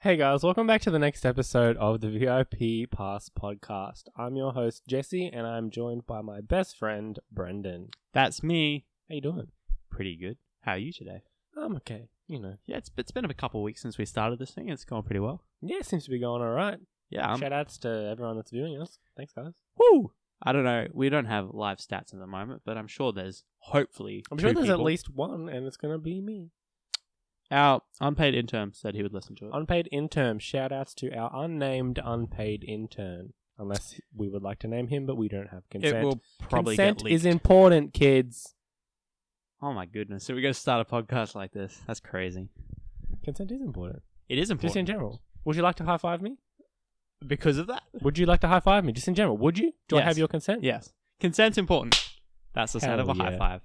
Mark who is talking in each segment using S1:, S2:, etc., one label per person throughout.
S1: Hey guys, welcome back to the next episode of the VIP Pass podcast. I'm your host Jesse, and I'm joined by my best friend Brendan.
S2: That's me.
S1: How you doing?
S2: Pretty good. How are you today?
S1: I'm okay. You know,
S2: Yeah, it's, it's been a couple of weeks since we started this thing. It's gone pretty well.
S1: yeah, seems to be going all right.
S2: Yeah. I'm,
S1: Shout outs to everyone that's viewing us. Thanks, guys.
S2: woo! I don't know. We don't have live stats at the moment, but I'm sure there's hopefully.
S1: I'm sure
S2: two
S1: there's at
S2: people.
S1: least one, and it's gonna be me.
S2: Our unpaid intern said he would listen to it.
S1: Unpaid intern. Shout outs to our unnamed unpaid intern. Unless we would like to name him, but we don't have consent.
S2: It will probably
S1: consent
S2: get leaked.
S1: is important, kids.
S2: oh my goodness. So we're going to start a podcast like this. That's crazy.
S1: Consent is important.
S2: It is important.
S1: Just in general. Would you like to high five me?
S2: because of that?
S1: Would you like to high five me? Just in general, would you? Do I
S2: Yes.
S1: have your consent?
S2: Yes. Consent's important. That's the sound of
S1: Hell
S2: a high
S1: yeah.
S2: five.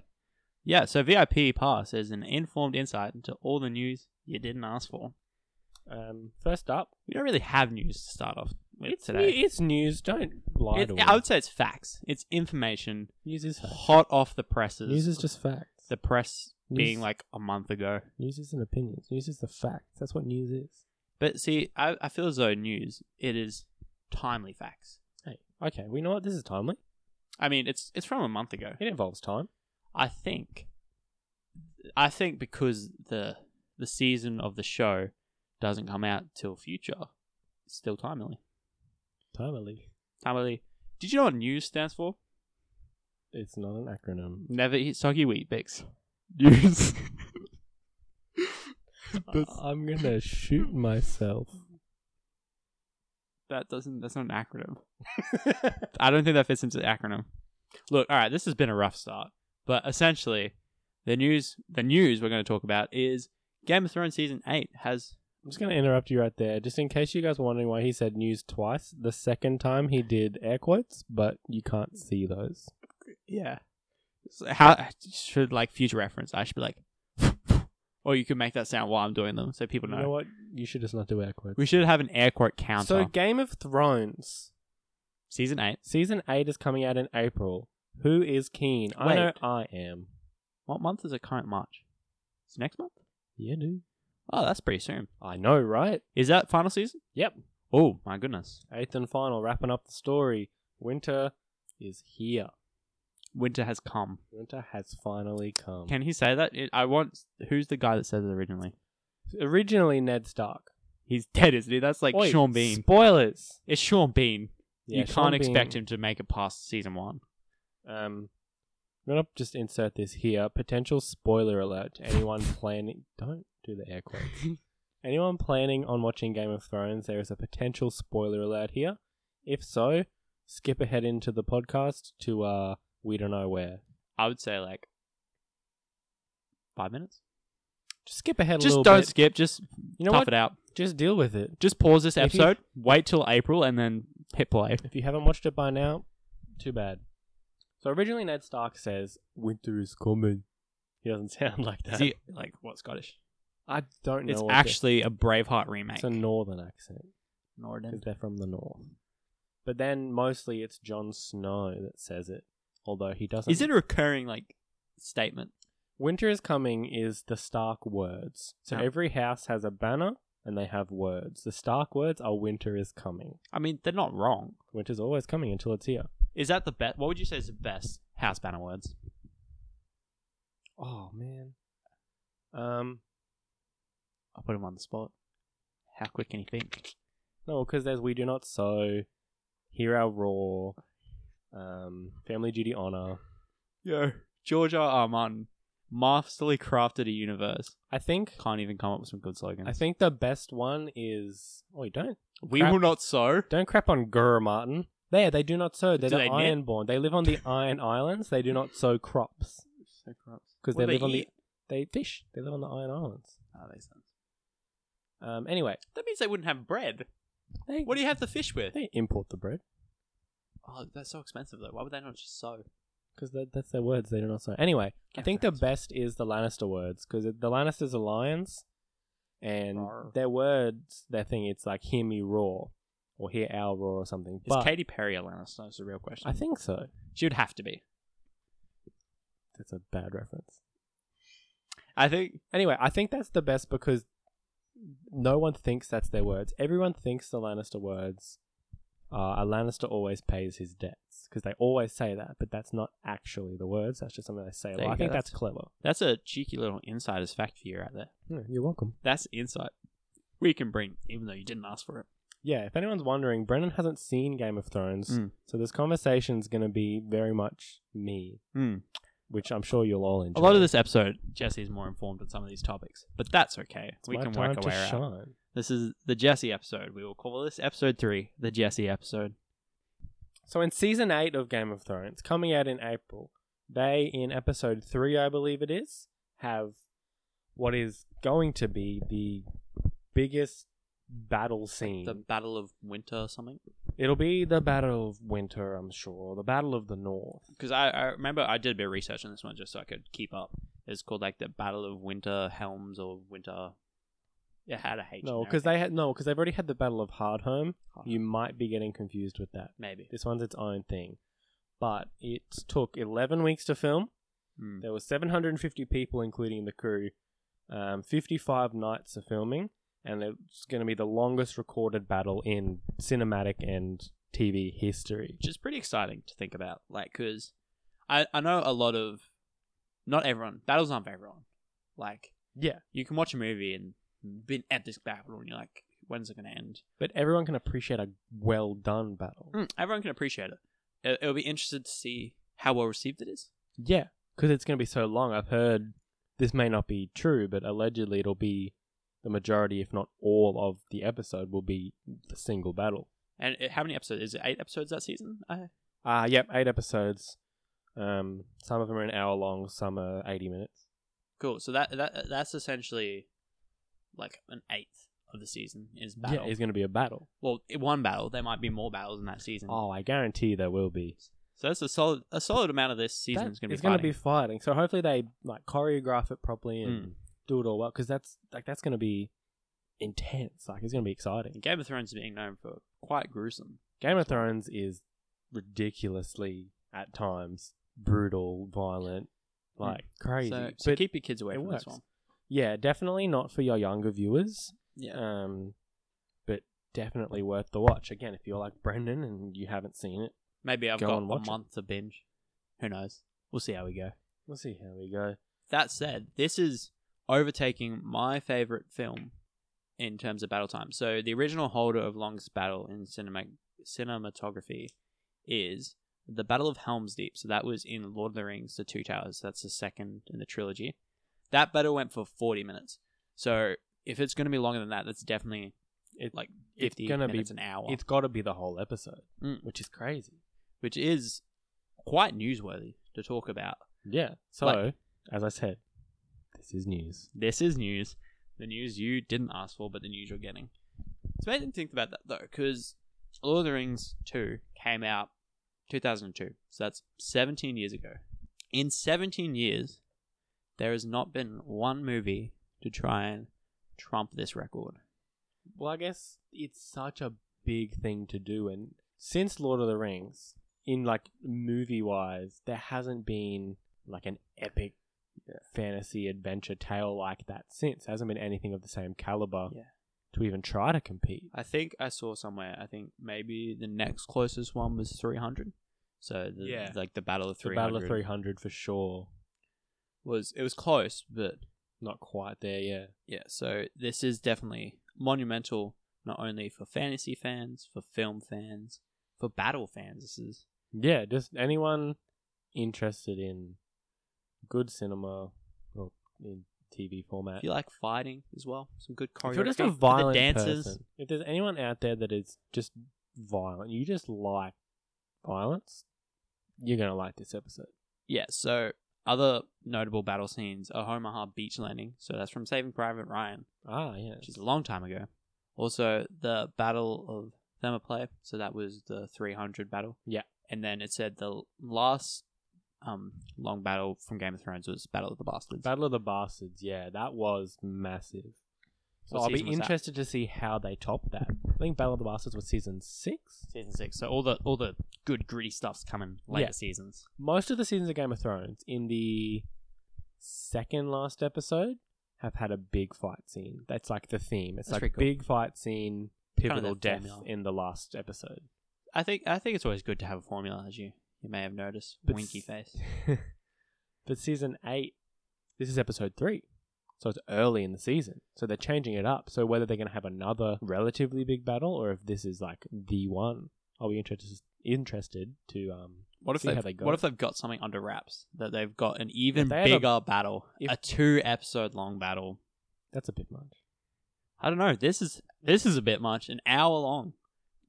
S2: Yeah, so VIP Pass is an informed insight into all the news you didn't ask for.
S1: Um, first up,
S2: We don't really have news to start off with
S1: it's,
S2: today.
S1: new- it's news. Don't lie
S2: It-
S1: to
S2: I
S1: us.
S2: would say it's facts. It's information
S1: News is fact.
S2: hot off the presses.
S1: News is just facts.
S2: the press being
S1: News-
S2: like a month ago.
S1: News isn't opinions. News is the facts. That's what news is.
S2: But see, I, I feel as though news it is timely facts.
S1: Hey, okay, we know what this is timely.
S2: I mean, it's it's from a month ago.
S1: It involves time.
S2: I think, I think because the the season of the show doesn't come out till future, it's still timely.
S1: Timely.
S2: Timely. Did you know what news stands for?
S1: It's not an acronym.
S2: Never eat soggy wheat bix. News. That's-
S1: I'm gonna shoot myself.
S2: That doesn't. That's not an acronym. I don't think that fits into the acronym. Look, all right, this has been a rough start, but essentially, the news the news we're going to talk about is Game of Thrones season eight has
S1: I'm just gonna interrupt you right there, just in case you guys were wondering why he said news twice. The second time he did air quotes, but you can't see those.
S2: yeah. So how should like future reference? I should be like, or you could make that sound while I'm doing them, so people
S1: You
S2: know.
S1: know what? You should just not do air quotes.
S2: We should have an air quote counter.
S1: So, Game of Thrones
S2: season eight.
S1: season eight is coming out in April. Who is keen? I
S2: Wait.
S1: know I am.
S2: What month is it current March? It's next month.
S1: Yeah, dude.
S2: Oh, that's pretty soon.
S1: I know, right?
S2: Is that final season?
S1: Yep.
S2: Oh my goodness.
S1: Eighth and final, wrapping up the story. Winter is here.
S2: Winter has come.
S1: Winter has finally come.
S2: Can he say that? It, I want. Who's the guy that says it originally?
S1: Originally, Ned Stark.
S2: He's dead, isn't he? That's like
S1: Wait,
S2: Sean Bean.
S1: Spoilers.
S2: it's Sean Bean.
S1: Yeah,
S2: you can't
S1: Sean Bean-
S2: expect him to make it past season one.
S1: Um, I'm gonna just insert this here. Potential spoiler alert to anyone planning. Don't do the air quotes. anyone planning on watching Game of Thrones, there is a potential spoiler alert here. If so, skip ahead into the podcast to uh, we don't know where.
S2: I would say like five minutes.
S1: Just skip ahead a
S2: Just
S1: little
S2: don't
S1: bit.
S2: skip. Just
S1: you know
S2: tough
S1: what?
S2: it out.
S1: Just deal with it.
S2: Just pause this
S1: If you-
S2: episode. Wait till April and then hit play.
S1: If you haven't watched it by now, too bad. So originally Ned Stark says winter is coming. He doesn't sound like that.
S2: Is he like what Scottish?
S1: I don't know.
S2: It's
S1: what the-
S2: actually a Braveheart remake.
S1: it's a northern accent.
S2: Norden.
S1: because they're from the north. But then mostly it's Jon Snow that says it, although he doesn't.
S2: Is it a recurring like statement?
S1: Winter is coming is the Stark words. So
S2: Oh.
S1: every house has a banner and they have words. The Stark words are winter is coming.
S2: I mean, they're not wrong.
S1: Winter's always coming until it's here.
S2: Is that the best? What would you say is the best house banner words?
S1: Oh man. Um.
S2: I'll put him on the spot. How quick can he think?
S1: No, because there's we do not sow, hear our roar, um, family duty honor.
S2: Yo, George R. R. Martin masterly crafted a universe.
S1: I think.
S2: Can't even come up with some good slogans.
S1: I think the best one is. Oh, you don't.
S2: we
S1: crap-
S2: will not sow.
S1: Don't crap on Gurr Martin. There, they do not sow. They're
S2: Do
S1: the
S2: they knit?
S1: ironborn. They live on the iron islands. They do not sow crops because they
S2: What do
S1: live on
S2: eat?
S1: the they fish. They live on the iron islands.
S2: Ah, makes sense.
S1: Um. Anyway,
S2: That means they wouldn't have bread.
S1: they,
S2: What do you have to fish with?
S1: They import the bread
S2: Oh, that's so expensive though. Why would they not just sow?
S1: because that, that's their words. They do not sow. Anyway, I
S2: Get
S1: think the
S2: fucked.
S1: best is the Lannister words because the Lannisters are lions, and
S2: Roar.
S1: their words, their thing, it's like hear me roar or hear our roar or something.
S2: Is
S1: But
S2: Katy Perry a Lannister? Is the real question.
S1: I think so.
S2: she would have to be.
S1: That's a bad reference.
S2: I think
S1: Anyway, I think that's the best because no one thinks that's their words. Everyone thinks the Lannister words are a Lannister always pays his debts because they always say that, but that's not actually the words. That's just something they say. a
S2: There
S1: lot.
S2: you
S1: I
S2: go,
S1: think that's
S2: that's-
S1: clever.
S2: That's a cheeky little insider's fact for you right there.
S1: you're welcome.
S2: That's insight we can bring, even though you didn't ask for it.
S1: Yeah, if anyone's wondering, Brennan hasn't seen Game of Thrones,
S2: Mm.
S1: so this conversation's going to be very much me,
S2: Hmm.
S1: which I'm sure you'll all enjoy.
S2: A lot of this episode, Jesse's more informed on some of these topics, but that's okay.
S1: It's
S2: we
S1: my
S2: can work
S1: time
S2: our
S1: to
S2: way around.
S1: shine.
S2: This is the Jesse episode. We will call this episode three, the Jesse episode.
S1: So in season eight of Game of Thrones, coming out in April, they in episode three, I believe it is, have what is going to be the biggest battle scene.
S2: Battle of Winter or something.
S1: It'll be the Battle of Winter, I'm sure, or the Battle of the North.
S2: Because I, I remember I did a bit of research on this one just so I could keep up. It's called like the Battle of Winter Helms or Winter. It had a H.
S1: No,
S2: in there, I
S1: because
S2: think.
S1: they had no, because they've already had the Battle of Hardhome.
S2: Hardhome.
S1: You might be getting confused with that.
S2: maybe.
S1: This one's its own thing. But it took 11 weeks to film.
S2: Mm.
S1: There were 750 people, including the crew, um, 55 nights of filming, and it's going to be the longest recorded battle in cinematic and TV history.
S2: which is pretty exciting to think about. Like, because I, I know a lot of, not everyone, battles aren't for everyone. Like,
S1: Yeah,
S2: you can watch a movie and been at this battle and you're like, when's it going to end?
S1: but everyone can appreciate a well done battle.
S2: Mm, everyone can appreciate it. it. It'll be interesting to see how well received it is.
S1: Yeah, because it's going to be so long. I've heard this may not be true, but allegedly it'll be the majority, if not all, of the episode will be the single battle.
S2: And it, how many episodes? Is it eight episodes that season? I,
S1: Ah, yep, eight episodes. Um, some of them are an hour long, some are 80 minutes.
S2: cool. So that that that's essentially like an eighth of the season is battle.
S1: Yeah, it's going to be a battle.
S2: well, i- one battle. There might be more battles in that season.
S1: Oh, I guarantee there will be.
S2: So that's a solid a solid amount of this season
S1: That-
S2: is going to be
S1: it's gonna
S2: fighting.
S1: fighting. Hmm. So hopefully they like choreograph it properly and
S2: Mm.
S1: do it all well because that's like that's going to be intense. Like it's going to be exciting.
S2: And Game of Thrones is being known for quite gruesome.
S1: Game of Thrones is ridiculously at times brutal, violent, like crazy.
S2: So, so
S1: but
S2: keep your kids away
S1: it
S2: from
S1: works.
S2: this one.
S1: yeah, definitely not for your younger viewers.
S2: Yeah.
S1: Um, but definitely worth the watch. Again, if you're like Brendan and you haven't seen it,
S2: Maybe I've
S1: go
S2: got a
S1: and watch it.
S2: month to binge. Who knows? We'll see how we go.
S1: we'll see how we go.
S2: That said, this is overtaking my favorite film in terms of battle time. So the original holder of longest battle in cinema cinematography is the Battle of Helm's Deep. So that was in Lord of the Rings: The Two Towers. That's the second in the trilogy. That battle went for forty minutes. So if it's going to be longer than that, that's definitely
S1: It,
S2: like
S1: it's
S2: fifty
S1: gonna be-
S2: minutes an hour.
S1: it's got to be the whole episode,
S2: Mm.
S1: which is crazy.
S2: which is quite newsworthy to talk about.
S1: Yeah. So,
S2: Like-
S1: as I said, this is news.
S2: This is news. The news you didn't ask for, but the news you're getting. It's amazing to think about that, though, because Lord of the Rings 2 came out 2002. So that's 17 years ago. In 17 years, there has not been one movie to try and trump this record.
S1: Well, I guess it's such a big thing to do, and since Lord of the Rings, in like movie wise, there hasn't been like an epic fantasy adventure tale like that since. There hasn't been anything of the same caliber
S2: Yeah.
S1: to even try to compete.
S2: I think I saw somewhere, I think maybe the next closest one was 300. So, the,
S1: Yeah.
S2: like, the Battle of
S1: The
S2: 300.
S1: Battle of Three Hundred for sure,
S2: was, it was close, but
S1: not quite there. Yeah,
S2: yeah, so this is definitely monumental, not only for fantasy fans, for film fans, for battle fans. This is
S1: yeah. Just anyone interested in good cinema or in TV format.
S2: if you like fighting as well, some good choreography.
S1: If Oh, you're just a
S2: for the
S1: violent
S2: dancers,
S1: person, if there's anyone out there that is just violent, you just like violence, you're gonna like this episode.
S2: yeah. So other notable battle scenes are Omaha Beach Landing. So that's from Saving Private Ryan,
S1: Ah, yeah.
S2: which is a long time ago. Also the Battle of Thermopylae. So that was the 300 battle.
S1: Yeah.
S2: and then it said the last um long battle from Game of Thrones was Battle of the Bastards.
S1: Battle of the Bastards. Yeah, that was massive. So
S2: What
S1: I'll be
S2: season was that?
S1: interested to see how they top that. I think Battle of the Bastards was season six.
S2: season six. So all the all the good gritty stuff's coming later
S1: Yeah.
S2: seasons.
S1: Most of the seasons of Game of Thrones in the second last episode have had a big fight scene. That's like the theme. It's
S2: That's pretty
S1: like
S2: cool.
S1: big fight scene,
S2: of
S1: pivotal
S2: that
S1: death
S2: formula.
S1: in the last episode.
S2: I think I think it's always good to have a formula, as you you may have noticed.
S1: But
S2: Winky
S1: s-
S2: face.
S1: but season eight, this is episode three. So it's early in the season. So they're changing it up. So whether they're going to have another relatively big battle or if this is like the one, I'll be interested interested to um
S2: What if
S1: see how
S2: they've,
S1: they go.
S2: what if they've got something under wraps that they've got an even
S1: they had a-
S2: bigger battle,
S1: if-
S2: a two episode long battle?
S1: that's a bit much.
S2: I don't know. This is this is a bit much, an hour long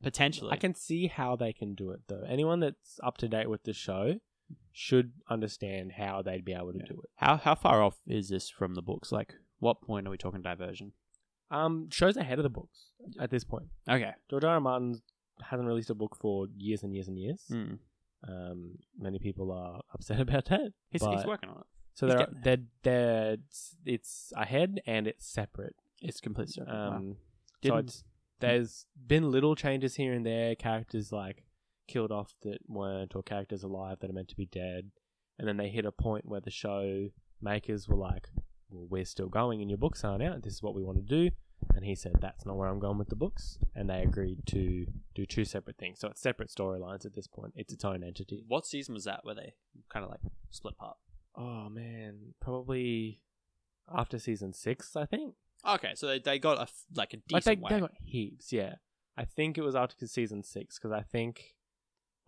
S2: potentially.
S1: I can see how they can do it though. Anyone that's up to date with the show should understand how they'd be able to do it.
S2: How how far off is this from the books? Like, what point are we talking diversion?
S1: Um, shows ahead of the books at this point.
S2: Okay.
S1: George R. R. Martin hasn't released a book for years and years and years.
S2: Mm.
S1: Um, many people are upset about that.
S2: He's, he's
S1: But-
S2: working on it.
S1: So
S2: He's
S1: they're,
S2: getting
S1: they're they're it's- it's ahead and it's separate.
S2: It's completely separate. Oh, Wow.
S1: Um, so
S2: Didn't-
S1: it's, there's been little changes here and there. Characters like killed off that weren't, or characters alive that are meant to be dead, and then they hit a point where the show makers were like, "Well, we're still going, and your books aren't out. This is what we want to do." And he said, "That's not where I'm going with the books," and they agreed to do two separate things. So it's separate storylines at this point. It's its own entity.
S2: What season was that where they kind of like split apart?
S1: Oh man, probably after season six, I think.
S2: Okay, so they, they got a f- like a
S1: Like
S2: decent
S1: they,
S2: way.
S1: they got heaps, yeah. I think it was after season six because I think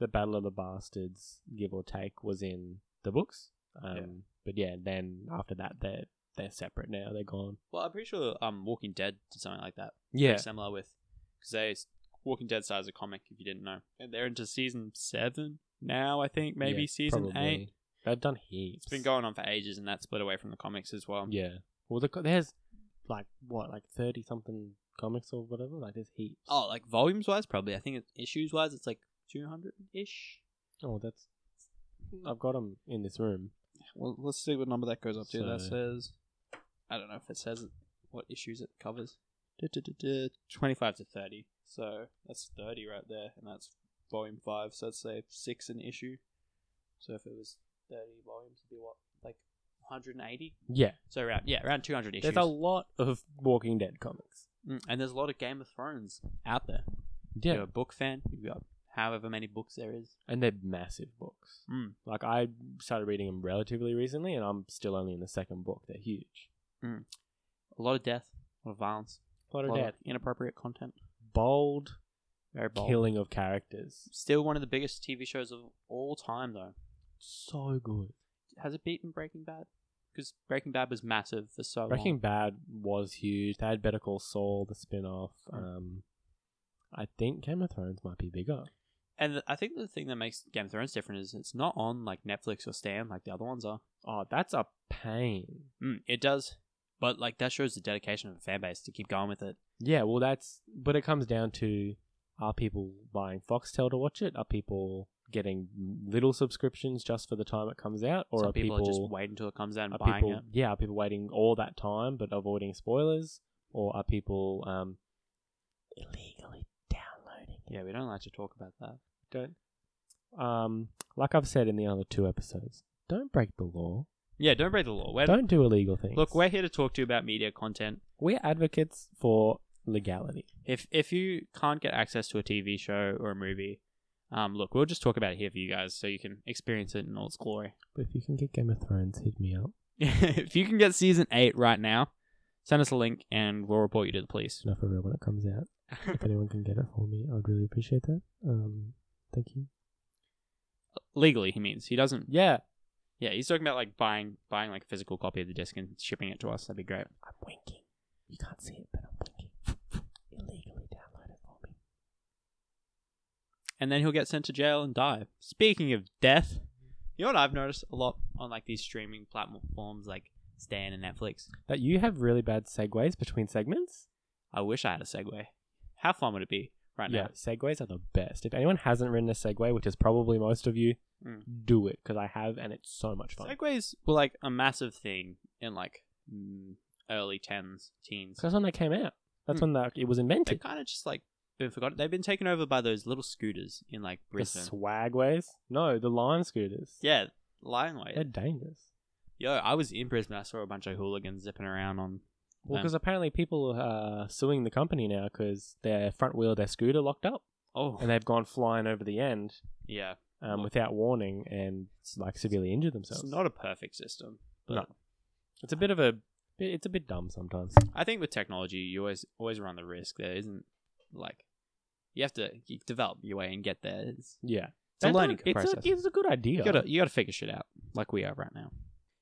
S1: the Battle of the Bastards, give or take, was in the books. Um,
S2: Yeah.
S1: But yeah, then after that, they're they're separate now. They're gone.
S2: Well, I'm pretty sure um, Walking Dead did something like that. Very
S1: Yeah,
S2: similar with because they Walking Dead started as a comic. If you didn't know, and they're into season seven now. I think maybe
S1: yeah,
S2: season
S1: probably.
S2: eight.
S1: They've done heaps.
S2: It's been going on for ages, and that split away from the comics as well.
S1: Yeah. Well, the, co- there's like what, like thirty something comics or whatever. Like there's heaps.
S2: Oh, like volumes wise, probably. I think it's issues wise, it's like two hundred ish.
S1: oh, that's. I've got them in this room.
S2: Well, let's see what number that goes up to. That
S1: So-
S2: says, I don't know if it says it- what issues it covers. Twenty-five to thirty. So that's thirty right there, and that's volume five. So let's say six an issue. So if it was thirty volumes, it'd be what like one hundred and eighty.
S1: Yeah.
S2: So around yeah, around two hundred issues.
S1: There's a lot of Walking Dead comics.
S2: Mm, and there's a lot of Game of Thrones out there. You're a book fan. You've got however many books there is.
S1: And they're massive books.
S2: Mm.
S1: Like I started reading them relatively recently, and I'm still only in the second book. They're huge.
S2: A lot of death. A lot of violence.
S1: A lot
S2: A
S1: of
S2: lot
S1: death,
S2: of inappropriate content.
S1: bold,
S2: Very bold.
S1: killing of characters.
S2: Still one of the biggest TV shows of all time, though.
S1: So good.
S2: Has it beaten Breaking Bad? Because Breaking Bad was massive for so
S1: Breaking
S2: long.
S1: Bad was huge. They had Better Call Saul, the spin-off.
S2: Mm.
S1: Um, I think Game of Thrones might be bigger.
S2: And th- I think the thing that makes Game of Thrones different is it's not on like Netflix or Stan like the other ones are.
S1: Oh, that's a pain.
S2: Mm, it does, but like that shows the dedication of the fan base to keep going with it.
S1: Yeah, well, that's but it comes down to are people buying Foxtel to watch it? Are people getting little subscriptions just for the time it comes out, or
S2: Some
S1: are people,
S2: people, are just waiting until it comes out and
S1: are
S2: buying
S1: people
S2: it.
S1: yeah are people waiting all that time but avoiding spoilers, or are people um, illegally downloading?
S2: Yeah, we don't like to talk about that.
S1: Don't um like I've said in the other two episodes, don't break the law.
S2: Yeah, don't break the law. We're,
S1: Don't do illegal things.
S2: look, we're here to talk to you about media content.
S1: we're advocates for legality.
S2: If if you can't get access to a TV show or a movie, um, look, we'll just talk about it here for you guys so you can experience it in all its glory.
S1: But if you can get Game of Thrones, hit me up.
S2: if you can get season eight right now, send us a link and we'll report you to the police.
S1: It's not for real when it comes out. if anyone can get it for me, I'd really appreciate that. Um, thank you.
S2: Legally, he means he doesn't.
S1: Yeah,
S2: Yeah, he's talking about like buying buying like a physical copy of the disc and shipping it to us. That'd be great.
S1: I'm winking. You can't see it, but I'm winking. Illegally download it for me.
S2: And then he'll get sent to jail and die. Speaking of death, you know what I've noticed a lot on like these streaming platforms like Stan and Netflix.
S1: That you have really bad segues between segments.
S2: I wish I had a segue. How fun would it be right now?
S1: segues are the best. If anyone hasn't written a segue, which is probably most of you,
S2: Mm.
S1: do it because I have, and it's so much fun.
S2: Segways were like a massive thing in like mm, early tens, teens.
S1: 'Cause that's when they came out. That's
S2: Hmm.
S1: when that it was
S2: They've
S1: invented.
S2: kind of just like been forgotten. They've been taken over by those little scooters in like
S1: The
S2: Brisbane.
S1: swagways. No, the line scooters.
S2: yeah, Lionway.
S1: They're dangerous.
S2: Yo, I was in Brisbane. I saw a bunch of hooligans zipping around on.
S1: Well,
S2: Um,
S1: because apparently people are suing the company now because their front wheel of their scooter locked up
S2: Oh,
S1: and they've gone flying over the end
S2: yeah.
S1: um, without warning and like severely injured themselves.
S2: It's not a perfect system, but
S1: No. It's a bit of a. It's a bit dumb sometimes.
S2: I think with technology, you always always run the risk. There isn't like you have to you develop your way and get there. It's,
S1: Yeah,
S2: it's a
S1: And
S2: learning
S1: look, it's
S2: process.
S1: A, it's a good idea.
S2: you gotta you gotta figure shit out like we are right now.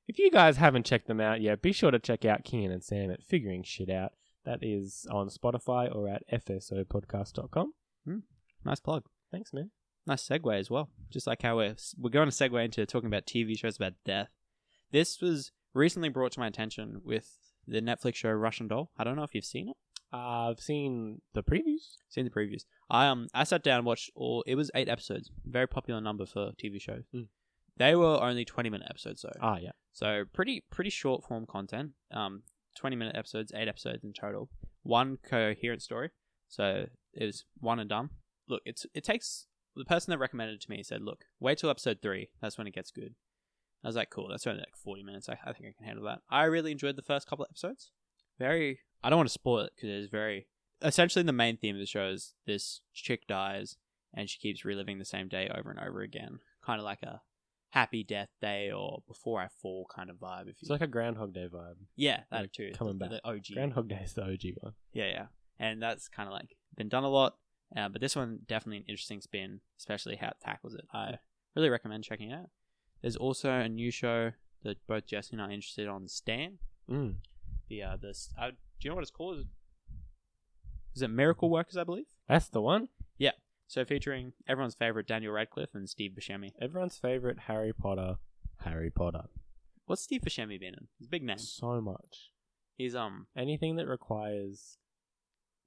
S1: If you guys haven't checked them out yet, be sure to check out Kian and Sam at Figuring Shit Out. That is on Spotify or at fsopodcast.com.
S2: Nice plug.
S1: Thanks, man.
S2: Nice segue as well. Just like how we're we're going to segue into talking about TV shows about death. This was recently brought to my attention with the Netflix show Russian Doll. I don't know if you've seen it.
S1: I've seen the previews.
S2: Seen the previews. I um I sat down and watched all. It was eight episodes. Very popular number for TV shows.
S1: Mm.
S2: They were only twenty minute episodes though.
S1: Ah, yeah.
S2: So pretty pretty short form content. Um, twenty minute episodes, eight episodes in total. One coherent story. So it was one and done. Look, it's it takes the person that recommended it to me said, "Look, wait till episode three. That's when it gets good." I was like, "Cool, that's only like forty minutes. I, I think I can handle that." I really enjoyed the first couple of episodes. Very. I don't want to spoil it because it is very. Essentially, the main theme of the show is this chick dies and she keeps reliving the same day over and over again, kind of like a happy death day or before I fall kind of vibe. If you
S1: It's like a Groundhog Day vibe.
S2: yeah, that
S1: like
S2: too.
S1: coming
S2: the,
S1: back.
S2: the OG.
S1: Groundhog Day is the OG one.
S2: Yeah, yeah, and that's kind of like been done a lot, uh, but this one definitely an interesting spin, especially how it tackles it. I really recommend checking it out. There's also a new show that both Jesse and I are interested on, Stan.
S1: Mm.
S2: The uh, this uh, do you know what it's called? Is it Miracle Workers? I believe.
S1: That's the one.
S2: So featuring everyone's favorite Daniel Radcliffe and Steve Buscemi.
S1: Everyone's favorite Harry Potter. Harry Potter.
S2: What's Steve Buscemi been in? He's a big name.
S1: So much.
S2: He's um.
S1: Anything that requires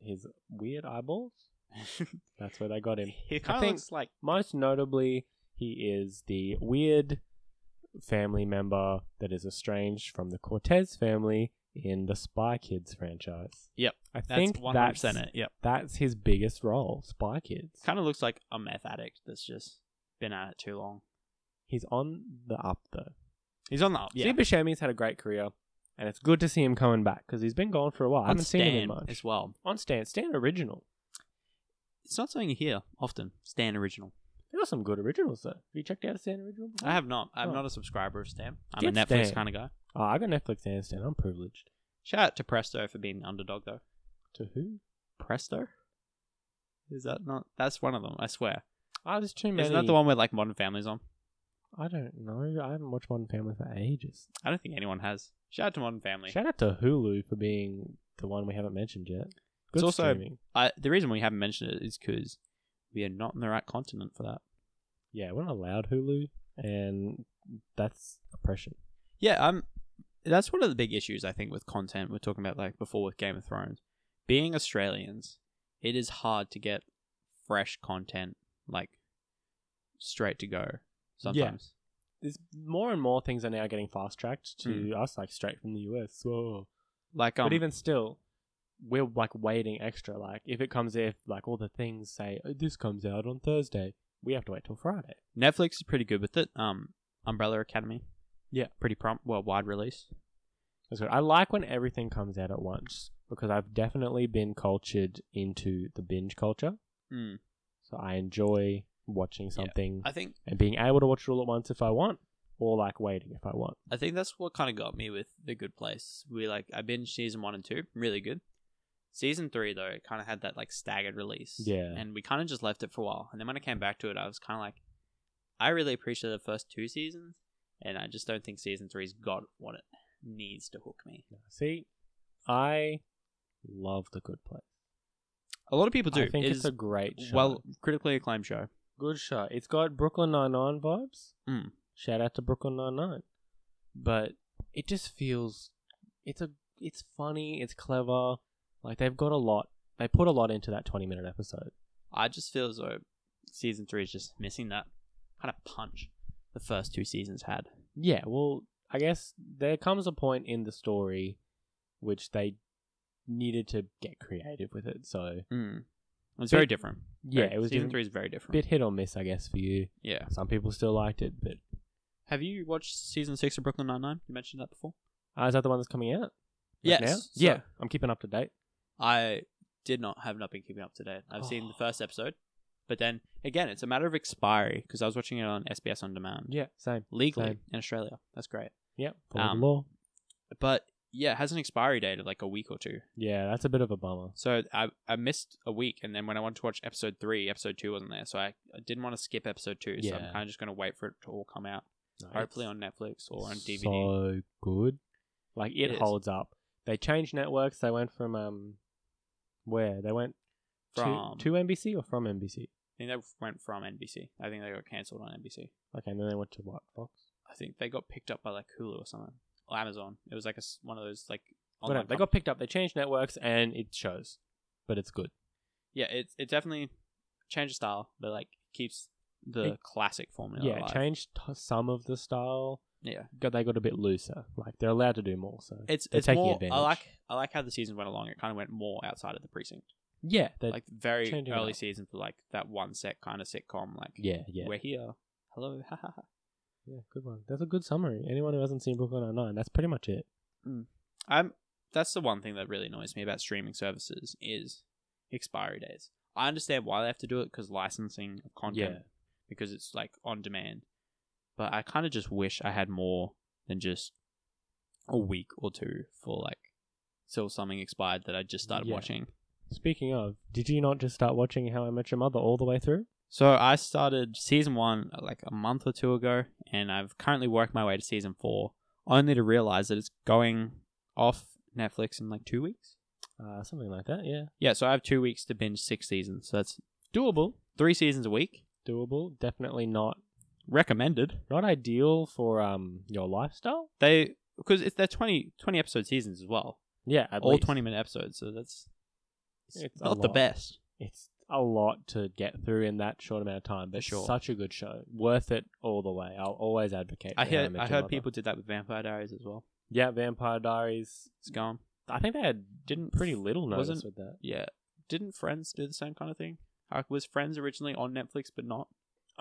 S1: his weird eyeballs. That's where they got him.
S2: he
S1: I
S2: kind of
S1: think-
S2: looks like
S1: Most notably, he is the weird family member that is estranged from the Cortez family in the Spy Kids franchise.
S2: Yep,
S1: I
S2: that's
S1: think
S2: one hundred
S1: that's,
S2: percent it. Yep.
S1: that's his biggest role, Spy Kids.
S2: Kind of looks like a meth addict that's just been at it too long.
S1: He's on the up, though.
S2: He's on the up. Yeah.
S1: Steve Buscemi's had a great career, and it's good to see him coming back because he's been gone for a while.
S2: On
S1: I haven't seen him in
S2: Stan
S1: much.
S2: as well.
S1: on Stan, Stan original.
S2: It's not something you hear often. Stan original.
S1: There are some good originals though. Have you checked out a Stan original? before?
S2: I have not. I'm
S1: Oh.
S2: not a subscriber of Stan. I'm a
S1: Get
S2: Netflix
S1: Stan.
S2: kind of guy.
S1: Oh, I got Netflix and Stan. I'm privileged.
S2: Shout out to Presto for being an underdog though.
S1: To who?
S2: Presto? Is that not? That's one of them. I swear.
S1: Oh, there's too many.
S2: Isn't that the one where like Modern Family's on?
S1: I don't know. I haven't watched Modern Family for ages.
S2: I don't think anyone has. Shout out to Modern Family.
S1: Shout out to Hulu for being the one we haven't mentioned yet. Good
S2: It's also-
S1: streaming.
S2: I, the reason we haven't mentioned it is because we are not in the right continent for that.
S1: Yeah, we're not allowed Hulu, and that's oppression.
S2: Yeah, um, that's one of the big issues I think with content we're talking about, like before with Game of Thrones. Being Australians, it is hard to get fresh content like straight to go sometimes.
S1: There's more and more things are now getting fast tracked to
S2: Hmm.
S1: us, like straight from the US. Whoa.
S2: Like um,
S1: but even still, we're like waiting extra. Like if it comes if like all the things say "Oh, this comes out on Thursday, we have to wait till Friday.
S2: Netflix is pretty good with it. Um, Umbrella Academy,
S1: Yeah.
S2: pretty prompt, well, wide release.
S1: That's good. I like when everything comes out at once because I've definitely been cultured into the binge culture.
S2: Mm.
S1: So I enjoy watching something
S2: I think
S1: and being able to watch it all at once if I want, or like waiting if I want.
S2: I think that's what kind of got me with The Good Place. We like I binged season one and two, really good. Season three though, it kind of had that like staggered release.
S1: Yeah.
S2: and we kind of just left it for a while, and then when I came back to it, I was kind of like, I really appreciate the first two seasons, and I just don't think season three's got what it needs to hook me.
S1: See, I love The Good Place.
S2: A lot of people do.
S1: I think
S2: It
S1: it's
S2: is
S1: a great show.
S2: well critically acclaimed show.
S1: good show. It's got Brooklyn Nine Nine vibes.
S2: Mm.
S1: Shout out to Brooklyn Nine Nine, but it just feels it's a it's funny, it's clever. Like they've got a lot. They put a lot into that twenty minute episode.
S2: I just feel as though season three is just missing that kind of punch the first two seasons had.
S1: Yeah, well, I guess there comes a point in the story which they needed to get creative with it. So
S2: Mm. It's
S1: But-
S2: very different.
S1: yeah,
S2: Very-
S1: it was
S2: season
S1: a
S2: three is very different.
S1: bit hit or miss, I guess, for you.
S2: Yeah.
S1: Some people still liked it, but
S2: Have you watched season six of Brooklyn Nine Nine? You mentioned that before.
S1: Uh, is that the one that's coming out? Like
S2: Yes.
S1: now?
S2: So
S1: yeah. I'm keeping up to date.
S2: I did not have not been keeping up to date. I've seen
S1: Oh.
S2: the first episode, but then again, it's a matter of expiry because I was watching it on SBS on demand
S1: Yeah. Same.
S2: legally
S1: Same.
S2: in Australia. That's great,
S1: Yeah. Follow the
S2: Um,
S1: law.
S2: but yeah, it has an expiry date of like a week or two.
S1: Yeah, that's a bit of a bummer.
S2: So I I missed a week, and then when I wanted to watch episode three, episode two wasn't there, so I, I didn't want to skip episode two. So I'm
S1: Yeah.
S2: kind of just going to wait for it to all come out,
S1: No,
S2: hopefully
S1: it's-
S2: on Netflix or on
S1: it's
S2: DVD.
S1: So good. Like it,
S2: It is.
S1: holds up. They changed networks. They went from um, where they went to-
S2: From-
S1: to NBC or from NBC.
S2: I think they went from NBC. I think they got cancelled on NBC.
S1: Okay, and then they went to what Fox?
S2: I think they got picked up by like Hulu or something or Amazon. It was like a s one of those like
S1: Whatever. They
S2: comp-
S1: got picked up. They changed networks, and it shows. But it's good.
S2: yeah, it it definitely changes style, but like keeps the
S1: It-
S2: classic formula.
S1: yeah,
S2: alive.
S1: it changed t- some of the style.
S2: Yeah,
S1: Got they got a bit looser. Like they're allowed to do more. So
S2: it's
S1: They're
S2: it's
S1: taking
S2: more.
S1: advantage.
S2: I like I like how the season went along. It kind of went more outside of the precinct,
S1: yeah, they
S2: like very
S1: changing it
S2: early
S1: up.
S2: season for like that one set kind of sitcom. Like
S1: yeah, yeah,
S2: we're here, hello, ha ha ha.
S1: yeah. Good one. That's a good summary. Anyone who hasn't seen Brooklyn Nine Nine, that's pretty much it.
S2: I'm that's the one thing that really annoys me about streaming services is expiry dates. I understand why they have to do it because licensing of content
S1: Yeah.
S2: because it's like on demand. But I kind of just wish I had more than just a week or two for like till something expired that I just started
S1: Yeah.
S2: watching.
S1: Speaking of, did you not just start watching How I Met Your Mother all the way through?
S2: So I started season one uh, like a month or two ago, and I've currently worked my way to season four, only to realize that it's going off Netflix in like two weeks.
S1: Uh, something like that. Yeah,
S2: Yeah, so I have two weeks to binge six seasons. So that's doable. Three seasons a week.
S1: doable. Definitely not
S2: Recommended.
S1: not ideal for um your lifestyle.
S2: They because it's they're 20, 20 episode seasons as well.
S1: Yeah, at
S2: All
S1: least.
S2: twenty minute episodes, so that's it's
S1: It's a
S2: not the
S1: lot.
S2: best.
S1: It's a lot to get through in that short amount of time, but
S2: For sure.
S1: such a good show, worth it all the way. I'll always advocate.
S2: I
S1: for How
S2: heard
S1: Met
S2: I
S1: Your
S2: heard
S1: Mother.
S2: people did that with Vampire Diaries as well.
S1: Yeah, Vampire Diaries.
S2: It's gone.
S1: I think they had
S2: Didn't
S1: pretty little notice
S2: Wasn't-
S1: with that.
S2: yeah. Didn't Friends do the same kind of thing? Like, was Friends originally on Netflix but not?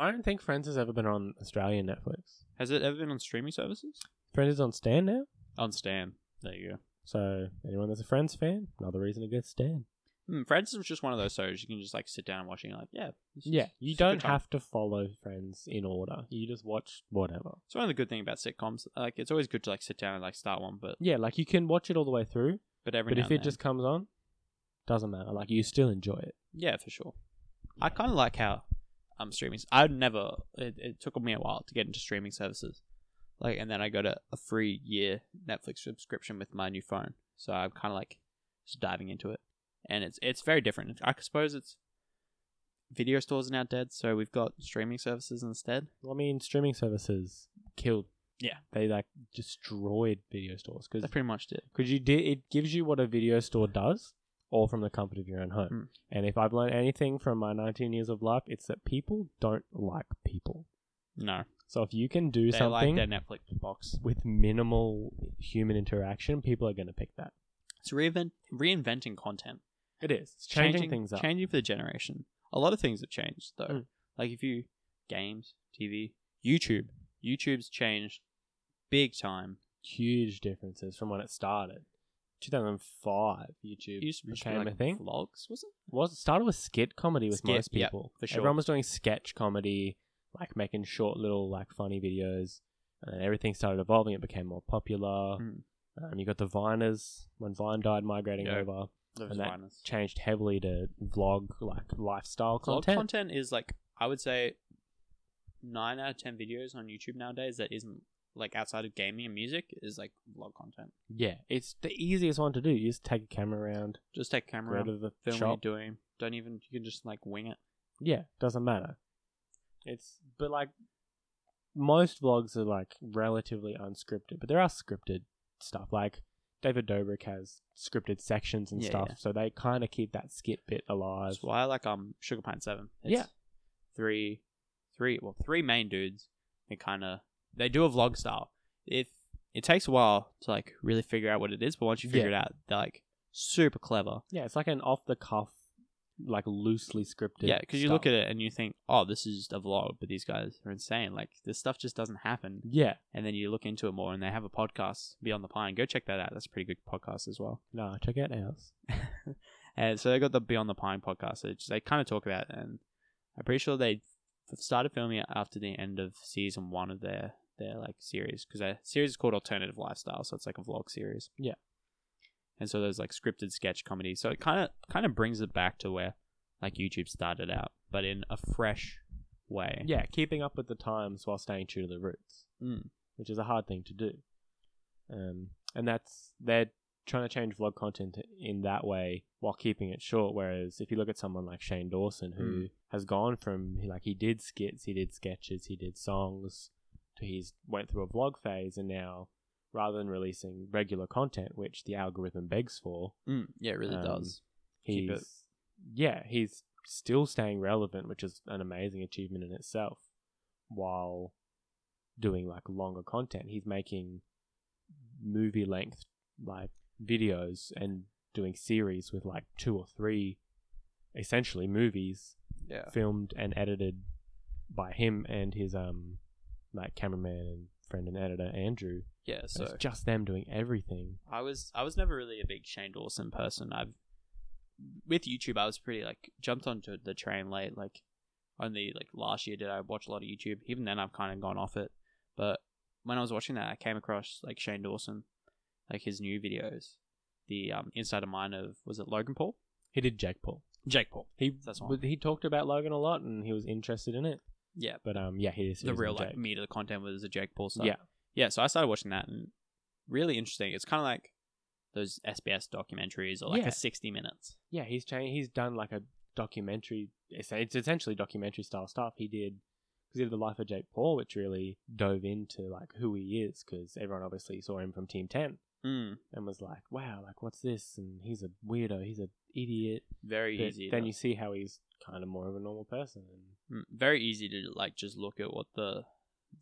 S1: I don't think Friends has ever been on Australian Netflix.
S2: Has it ever been on streaming services?
S1: Friends is on Stan now,
S2: On Stan. There you go.
S1: so anyone that's a Friends fan, another reason to get Stan.
S2: Hmm, Friends is just one of those shows you can just like sit down and watch and you're like, yeah. this is-
S1: Yeah,
S2: this
S1: you
S2: is a good
S1: don't
S2: time.
S1: have to follow Friends in order. You just watch whatever.
S2: It's one of the good thing about sitcoms. Like, it's always good to like sit down and like start one, but
S1: Yeah, like you can watch it all the way through,
S2: but every
S1: but
S2: now
S1: if
S2: and
S1: it
S2: then-
S1: just comes on, doesn't matter. Like you still enjoy it.
S2: yeah, for sure. I kind of like how um streaming. I'd never. It, it took me a while to get into streaming services, like, and then I got a, a free year Netflix subscription with my new phone, so I'm kind of like just diving into it, and it's it's very different. I suppose it's video stores are now dead, so we've got streaming services instead.
S1: Well, I mean, streaming services killed.
S2: Yeah.
S1: they like destroyed video stores
S2: They
S1: because
S2: pretty much did.
S1: you did it gives you what a video store does, all from the comfort of your own home.
S2: Mm.
S1: And if I've learned anything from my 19 years of life, it's that people don't like people.
S2: No,
S1: So if you can do
S2: they like
S1: something
S2: their Netflix box.
S1: with minimal human interaction, people are going to pick that.
S2: It's reinvent, reinventing content.
S1: It is it's changing, things up.
S2: Changing for the generation. A lot of things have changed though.
S1: Mm.
S2: Like if you games, TV, YouTube. YouTube's changed big time.
S1: huge differences from when it started. 2005, YouTube
S2: It used to be just
S1: became
S2: like
S1: a thing.
S2: vlogs, was it?
S1: Was it started with skit comedy with
S2: Skit,
S1: most
S2: yeah,
S1: people.
S2: for sure.
S1: Everyone was doing sketch comedy, like making short little like funny videos, and then everything started evolving. It became more popular.
S2: Mm.
S1: Um, you got the Viners when Vine died migrating
S2: Yeah.
S1: over,
S2: Those
S1: and that
S2: Viners.
S1: changed heavily to vlog like lifestyle
S2: Vlog
S1: content.
S2: content is like I would say nine out of ten videos on YouTube nowadays that isn't like outside of gaming and music is like vlog content.
S1: Yeah, it's the easiest one to do. You just take a camera around,
S2: Just take a
S1: go
S2: camera,
S1: to the
S2: film
S1: shop,
S2: what you're doing. Don't even you can just like wing it.
S1: Yeah, doesn't matter. It's but like most vlogs are like relatively unscripted, but there are scripted stuff. Like David Dobrik has scripted sections and
S2: Yeah,
S1: stuff,
S2: yeah.
S1: so they kind of keep that skit bit alive.
S2: That's why I like um Sugar Pine Seven.
S1: Yeah.
S2: three, three well three main dudes. They kind of they do a vlog style. If it takes a while to like really figure out what it is, but once you figure it out, they're like super clever.
S1: Yeah, it's like an off the cuff like loosely scripted.
S2: Yeah, because you look
S1: stuff.
S2: at it and you think, oh, this is just a vlog, but these guys are insane. Like this stuff just doesn't happen.
S1: Yeah,
S2: And then you look into it more, and they have a podcast, Beyond the Pine. Go check that out. That's a pretty good podcast as well.
S1: nah, check out ours.
S2: and so they got the Beyond the Pine podcast, which they kind of talk about. And I'm pretty sure they f- started filming it after the end of season one of their their like series because their series is called Alternative Lifestyle, so it's like a vlog series.
S1: Yeah.
S2: And so there's like scripted sketch comedy, so it kind of kind of brings it back to where like YouTube started out, but in a fresh way.
S1: Yeah, keeping up with the times while staying true to the roots,
S2: Mm.
S1: which is a hard thing to do. Um, and that's they're trying to change vlog content in that way while keeping it short. Whereas if you look at someone like Shane Dawson, who has gone from he- like he did skits, he did sketches, he did songs, to he's went through a vlog phase, and now rather than releasing regular content, which the algorithm begs for,
S2: Mm. Yeah, it really
S1: Um,
S2: does.
S1: he's
S2: Keep it.
S1: yeah he's still staying relevant which is an amazing achievement in itself while doing like longer content he's making movie length like videos and doing series with like two or three essentially movies
S2: Yeah.
S1: filmed and edited by him and his um like cameraman and friend and editor andrew
S2: Yeah.
S1: so it's just them doing everything
S2: I was I was never really a big Shane Dawson person. I've with YouTube I was pretty like jumped onto the train late. Like only like last year did I watch a lot of YouTube. Even then I've kind of gone off it. But when I was watching that, I came across like Shane Dawson, like his new videos, the um, Inside of Mine of was it Logan Paul,
S1: he did jake paul
S2: Jake Paul.
S1: He
S2: That's
S1: w- he talked about Logan a lot, and he was interested in it.
S2: Yeah,
S1: But um, yeah, he is
S2: the real
S1: life.
S2: like meat of the content was the Jake Paul stuff.
S1: Yeah,
S2: yeah, so I started watching that and really interesting. It's kind of like those SBS documentaries or like
S1: Yeah.
S2: a sixty minutes.
S1: yeah, he's changed. He's done like a documentary. It's, it's essentially documentary style stuff. He did because he did the life of Jake Paul, which really dove into like who he is, because everyone obviously saw him from Team Ten
S2: Mm,
S1: and was like, "Wow, like what's this?" And he's a weirdo. He's an idiot.
S2: very
S1: But
S2: easy.
S1: then
S2: to-
S1: you see how he's kind of more of a normal person. And
S2: Mm, very easy to like just look at what the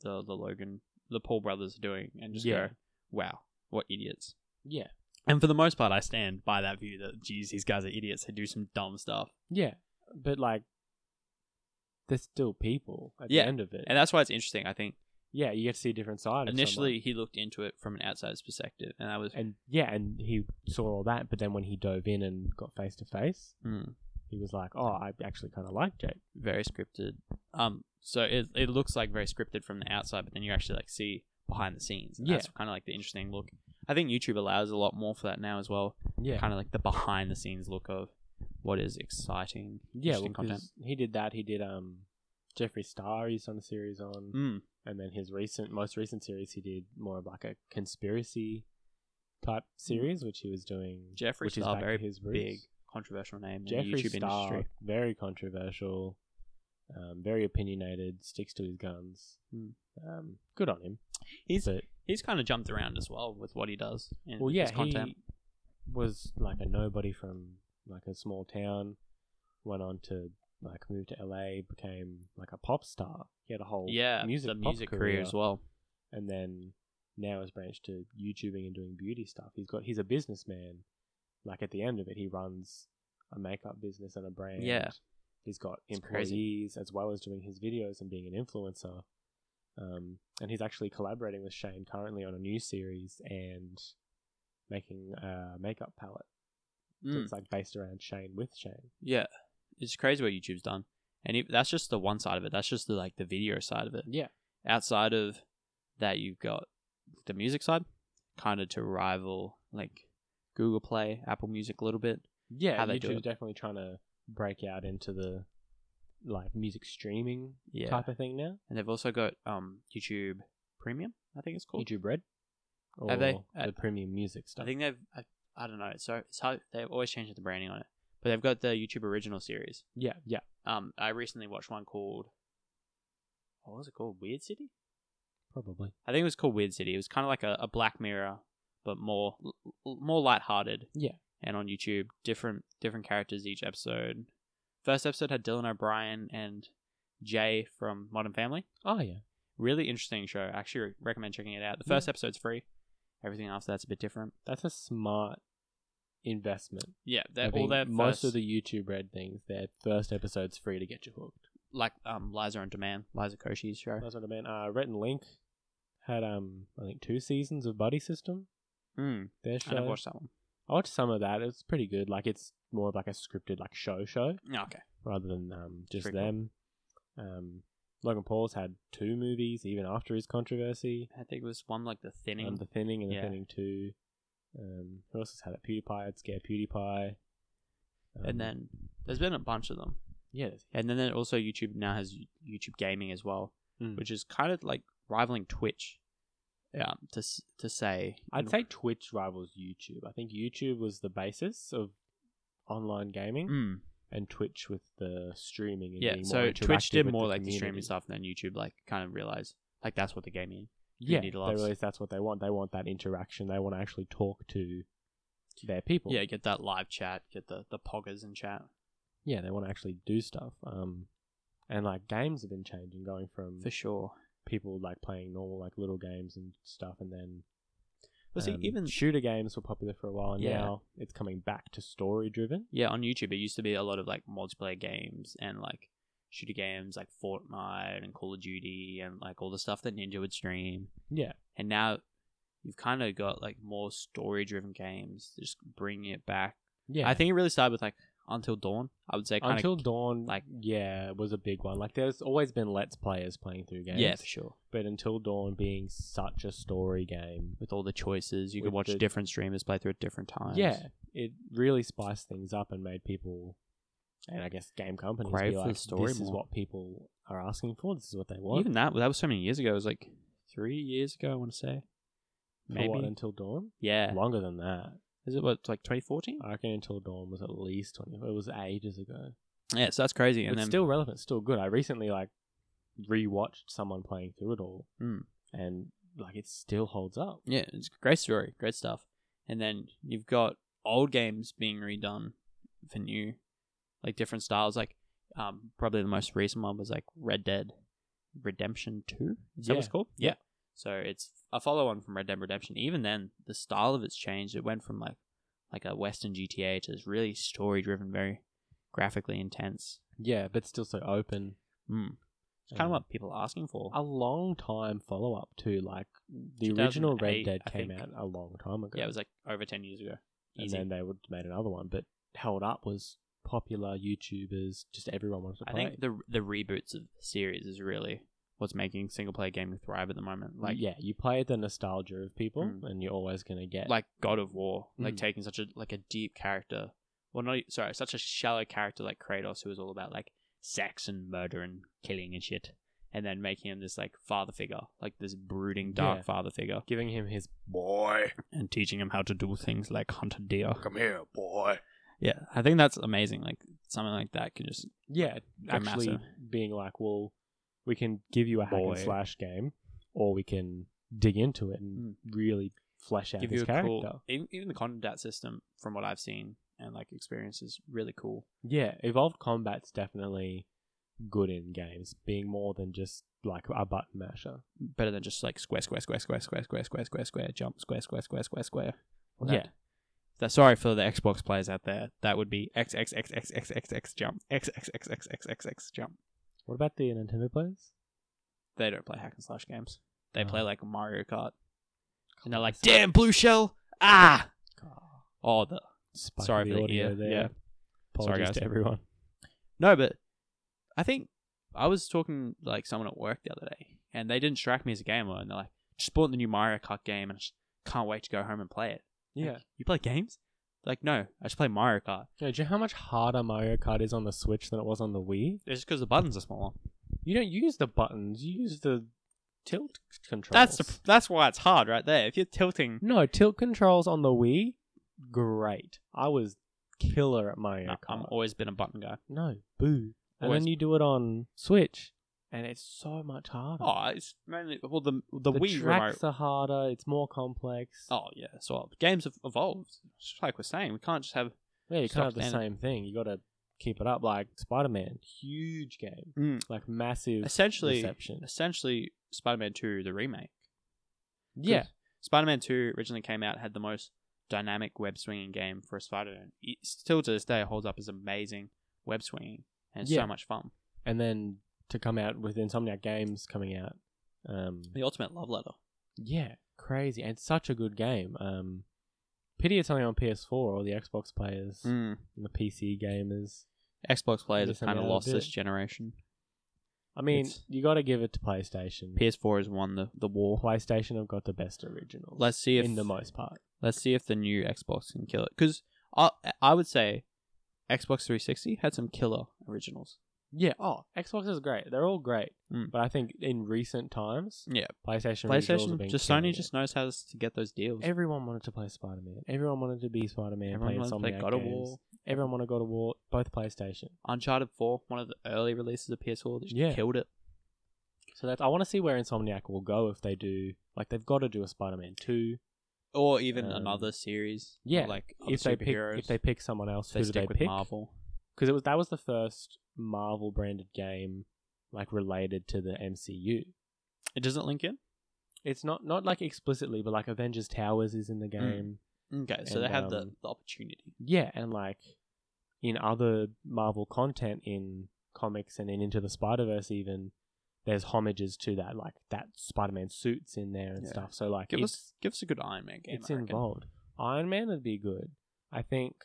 S2: the the Logan the Paul brothers are doing and just
S1: Yeah.
S2: go, wow, what idiots.
S1: yeah,
S2: And for the most part, I stand by that view that geez, these guys are idiots. They do some dumb stuff,
S1: yeah, but like. They're still people at
S2: Yeah,
S1: the end of it.
S2: and that's why it's interesting. I think
S1: yeah, you get to see a different side. of someone.
S2: initially he looked into it from an outsider's perspective, and that was
S1: and yeah, and he saw all that, but then when he dove in and got face to face,
S2: mm,
S1: he was like, "Oh, I actually kind of like Jake."
S2: very scripted. Um, so it it looks like very scripted from the outside, but then you actually like see behind the scenes. And
S1: Yeah.
S2: that's kind of like the interesting look. I think YouTube allows a lot more for that now as well.
S1: Yeah,
S2: kind of like the behind the scenes look of what is exciting.
S1: yeah,
S2: interesting
S1: because
S2: content.
S1: he did that. He did um, Jeffree Star. He's done a series on,
S2: Mm,
S1: and then his recent, most recent series, he did more of like a conspiracy type series, which he was doing.
S2: Mm. Jeffree
S1: which
S2: Star,
S1: is back to
S2: very
S1: his roots.
S2: big controversial name in the
S1: Jeffree
S2: YouTube
S1: Star,
S2: industry.
S1: very controversial, um, very opinionated, sticks to his guns.
S2: Mm.
S1: Um, good on him.
S2: He's
S1: but
S2: he's kind of jumped around as well with what he does. In
S1: well, yeah,
S2: his content.
S1: he was like a nobody from like a small town, went on to like move to LA, became like a pop star. He had a whole
S2: yeah,
S1: music
S2: the
S1: pop
S2: music career. as well.
S1: and then now has branched to YouTubing and doing beauty stuff. He's got he's a businessman. Like at the end of it, he runs a makeup business and a brand.
S2: Yeah.
S1: he's got
S2: It's
S1: employees
S2: crazy.
S1: as well as doing his videos and being an influencer. Um, and he's actually collaborating with Shane currently on a new series and making a makeup palette
S2: Mm,
S1: that's like based around Shane with Shane.
S2: yeah, it's crazy what YouTube's done, and it, that's just the one side of it. That's just the like the video side of it.
S1: Yeah,
S2: outside of that you've got the music side kind of to rival like google play apple music a little bit
S1: yeah.
S2: How they do
S1: YouTube's
S2: it.
S1: definitely trying to break out into the like music streaming
S2: yeah
S1: type of thing now.
S2: and they've also got um youtube premium i think it's called
S1: YouTube Red? Or
S2: Have they?
S1: the
S2: Uh,
S1: premium music stuff?
S2: i think they've i, I don't know so it's hard, they've always changed the branding on it but they've got the youtube original series
S1: yeah, yeah.
S2: um i recently watched one called what was it called weird city
S1: Probably.
S2: i think it was called weird city it was kind of like a, a black mirror but more l- l- more lighthearted
S1: Yeah.
S2: and on YouTube, different different characters each episode. First episode had Dylan O'Brien and Jay from Modern Family.
S1: Oh yeah.
S2: Really interesting show. I actually recommend checking it out. The first episode's free. Everything after that's a bit different.
S1: That's a smart investment.
S2: Yeah,
S1: I
S2: they're all
S1: think
S2: their
S1: most
S2: first,
S1: of the YouTube red things, their first episode's free to get you hooked.
S2: like um, Liza on Demand, Liza Koshy's show.
S1: That's what I meant. Uh, Rhett and Link had um I think two seasons of Buddy System.
S2: Mm,
S1: Their
S2: I
S1: show.
S2: never watched that one.
S1: I watched some of that. It's pretty good. Like it's more of like a scripted like show show
S2: Yeah, okay.
S1: rather than um just
S2: Pretty cool.
S1: them. Um, Logan Paul's had two movies even after his controversy.
S2: I think it was one like the thinning.
S1: Um, the Thinning and The
S2: Yeah.
S1: Thinning Two. Um, who else has had it? PewDiePie. I'd scare PewDiePie. Um,
S2: and then there's been a bunch of them.
S1: yeah,
S2: And then there- also YouTube now has YouTube Gaming as well,
S1: Mm.
S2: which is kind of like rivaling Twitch. Yeah, to s- to say,
S1: I'd say Twitch rivals YouTube. I think YouTube was the basis of online gaming,
S2: Mm,
S1: and Twitch with the streaming. And
S2: yeah.
S1: being
S2: So
S1: more
S2: Twitch
S1: interactive
S2: did
S1: with
S2: more
S1: the
S2: like the
S1: community.
S2: streaming stuff, and then YouTube like kind of realized like that's what the gaming.
S1: Yeah,
S2: community
S1: they
S2: loves.
S1: realize that's what they want. They want that interaction. They want to actually talk to their people.
S2: Yeah, get that live chat, get the the poggers in chat.
S1: yeah, they want to actually do stuff. Um, and like games have been changing, going from
S2: For sure.
S1: people like playing normal like little games and stuff, and then
S2: Well, see,
S1: um,
S2: even
S1: shooter games were popular for a while, and
S2: Yeah.
S1: now it's coming back to story driven.
S2: yeah, on YouTube, it used to be a lot of like multiplayer games and like shooter games like Fortnite and Call of Duty and like all the stuff that Ninja would stream.
S1: Yeah,
S2: And now you've kind of got like more story driven games, just bringing it back.
S1: yeah.
S2: I think it really started with like Until Dawn, I would say. Kind
S1: Until
S2: of,
S1: Dawn, like
S2: like-
S1: yeah, was a big one. Like there's always been Let's Players playing through games,
S2: Yeah, for sure.
S1: but Until Dawn being such a story game,
S2: With all the choices, you could
S1: With
S2: watch
S1: the-
S2: different streamers play through at different times.
S1: yeah, it really spiced things up and made people, and I guess game companies
S2: Crave
S1: be
S2: for the
S1: like,
S2: story
S1: this is
S2: more."
S1: what people are asking for. This is what they want.
S2: Even that, that was so many years ago. It was like three years ago, I want to say.
S1: For what,
S2: maybe.
S1: Until Dawn?
S2: Yeah.
S1: Longer than that.
S2: Is it what, like 2014?
S1: I reckon Until Dawn was at least twenty. It was ages ago.
S2: Yeah, so that's crazy.
S1: But
S2: And
S1: it's
S2: then,
S1: still relevant. it's Still good. I recently like rewatched someone playing through it all,
S2: Mm.
S1: and like it still holds up.
S2: yeah, it's a great story, great stuff. And then you've got old games being redone for new, like different styles. Like, um, probably the most recent one was like Red Dead Redemption Two. Is that what it's
S1: Yeah.
S2: called?
S1: Yeah.
S2: So it's a follow on from Red Dead Redemption. Even then, the style of it's changed. It went from like like a Western GTA to this really story driven, very graphically intense.
S1: Yeah, but still so open.
S2: Mm. It's kind of
S1: Um,
S2: what people are asking for.
S1: a long time follow up to like the original
S2: 2008,
S1: Red Dead
S2: I
S1: came
S2: think.
S1: out a long time ago.
S2: Yeah, it was like over ten years ago.
S1: and
S2: Easy.
S1: then they would made another one, but held up was popular YouTubers, just everyone wanted to
S2: I
S1: play.
S2: think the the reboots of series is really what's making single player gaming thrive at the moment. Like
S1: like yeah, you play the nostalgia of people,
S2: Mm.
S1: and you're always gonna get
S2: like God of War, like
S1: Mm.
S2: taking such a like a deep character, well not e, sorry, such a shallow character like Kratos, who was all about like sex and murder and killing and shit, and then making him this like father figure, like this brooding dark
S1: Yeah.
S2: father figure,
S1: giving him his
S3: Boy,
S2: and teaching him how to do things like hunt a deer.
S3: come here, boy.
S2: Yeah, I think that's amazing. Like something like that can just
S1: yeah,
S2: They're
S1: actually
S2: massive.
S1: being like, well, we can give you a hack
S2: Boy.
S1: and slash game, or we can dig into it and really flesh out
S2: Hmm. give
S1: his
S2: you a
S1: character.
S2: cool. Even, even the combat system, from what I've seen and like experience, is really cool.
S1: Yeah, evolved combat's definitely good in games, being more than just like a button masher.
S2: better than just like square, square, square, square, square, square, square, square, square, jump, square, square, square, square, square. Well,
S1: Yeah.
S2: That, that, sorry for the Xbox players out there. That would be X X X X X X X jump X X X X X X X jump.
S1: What about the Nintendo players?
S2: They don't play hack and slash games. They
S1: No.
S2: play like Mario Kart, and they're like, "Damn, blue shell! Ah!" Oh, the
S1: Spike
S2: Sorry
S1: the
S2: for the
S1: audio
S2: ear,
S1: there.
S2: yeah. Sorry,
S1: Apologies
S2: guys.
S1: to everyone.
S2: no, but I think I was talking to, like someone at work the other day, and they didn't strike me as a gamer, and they're like, "Just bought the new Mario Kart game, and I just can't wait to go home and play it." Like, you play games? Like, no, I just play Mario Kart.
S1: Yeah, do you know how much harder Mario Kart is on the Switch than it was on the Wii?
S2: It's because the buttons are smaller.
S1: You don't use the buttons, you use the tilt controls.
S2: That's the, that's why it's hard right there. If you're tilting,
S1: No, tilt controls on the Wii, great. I was killer at Mario
S2: Nah,
S1: Kart.
S2: I'm always been a button guy.
S1: No, boo. And
S2: Always-
S1: then you do it on Switch, and it's so much harder.
S2: Oh, it's mainly well the the,
S1: the
S2: Wii remote.
S1: tracks are harder. It's more complex.
S2: Oh yeah, so games have evolved. It's just like we're saying, we can't just have
S1: yeah, you
S2: stock
S1: can't have the
S2: standard.
S1: same thing. You got to keep it up. Like Spider Man, huge game,
S2: Mm.
S1: like massive
S2: essentially
S1: reception.
S2: essentially Spider-Man Two the remake.
S1: Yeah,
S2: Spider-Man Two originally came out had the most dynamic web swinging game for a spider. And it still to this day holds up as amazing web swinging and it's
S1: Yeah.
S2: so much fun.
S1: and then to come out with Insomniac Games coming out. Um,
S2: The ultimate love letter.
S1: yeah, crazy and such a good game. Um, pity it's only on PS4 or the Xbox players
S2: Mm.
S1: and the PC gamers.
S2: Xbox players
S1: Missing
S2: have kind
S1: out
S2: of
S1: a
S2: lost this
S1: bit.
S2: generation.
S1: I mean,
S2: It's-
S1: you got to give it to PlayStation.
S2: PS4 has won the, the war.
S1: PlayStation have got the best originals.
S2: Let's see if
S1: in the most part.
S2: let's see if the new Xbox can kill it. Because I I would say Xbox 360 had some killer originals.
S1: Yeah. Oh, Xbox is great. They're all great,
S2: Mm.
S1: but I think in recent times,
S2: Yeah,
S1: PlayStation, originals have
S2: PlayStation
S1: been
S2: just
S1: killing
S2: Sony
S1: it.
S2: just knows how to get those deals.
S1: Everyone wanted to play Spider Man. Everyone wanted to be Spider Man.
S2: Everyone
S1: Play
S2: wants to
S1: Insomniac
S2: play God of
S1: games.
S2: War.
S1: Everyone wanted God of War. Both PlayStation.
S2: Uncharted 4, one of the early releases of PS4, just
S1: Yeah.
S2: killed it.
S1: So that's I want to see where Insomniac will go if they do like they've got to do a Spider Man two.
S2: Or even
S1: Um,
S2: another series.
S1: yeah,
S2: like
S1: If they pick
S2: superheroes.
S1: if they pick someone else,
S2: they
S1: who do
S2: stick
S1: they
S2: with
S1: pick?
S2: Marvel.
S1: Because it was that was the first Marvel branded game like related to the MCU.
S2: It doesn't link in.
S1: It's not not like explicitly, but like Avengers Towers is in the
S2: Hmm.
S1: game.
S2: Okay, so
S1: And,
S2: they have the,
S1: um,
S2: the opportunity.
S1: Yeah, and like in other Marvel content in comics and in Into the Spider Verse even. There's homages to that, like that Spider-Man suits in there and
S2: Yeah.
S1: stuff. So like,
S2: Give
S1: it's-
S2: us give us a good Iron Man game.
S1: it's
S2: I reckon.
S1: involved. Iron Man would be good. I think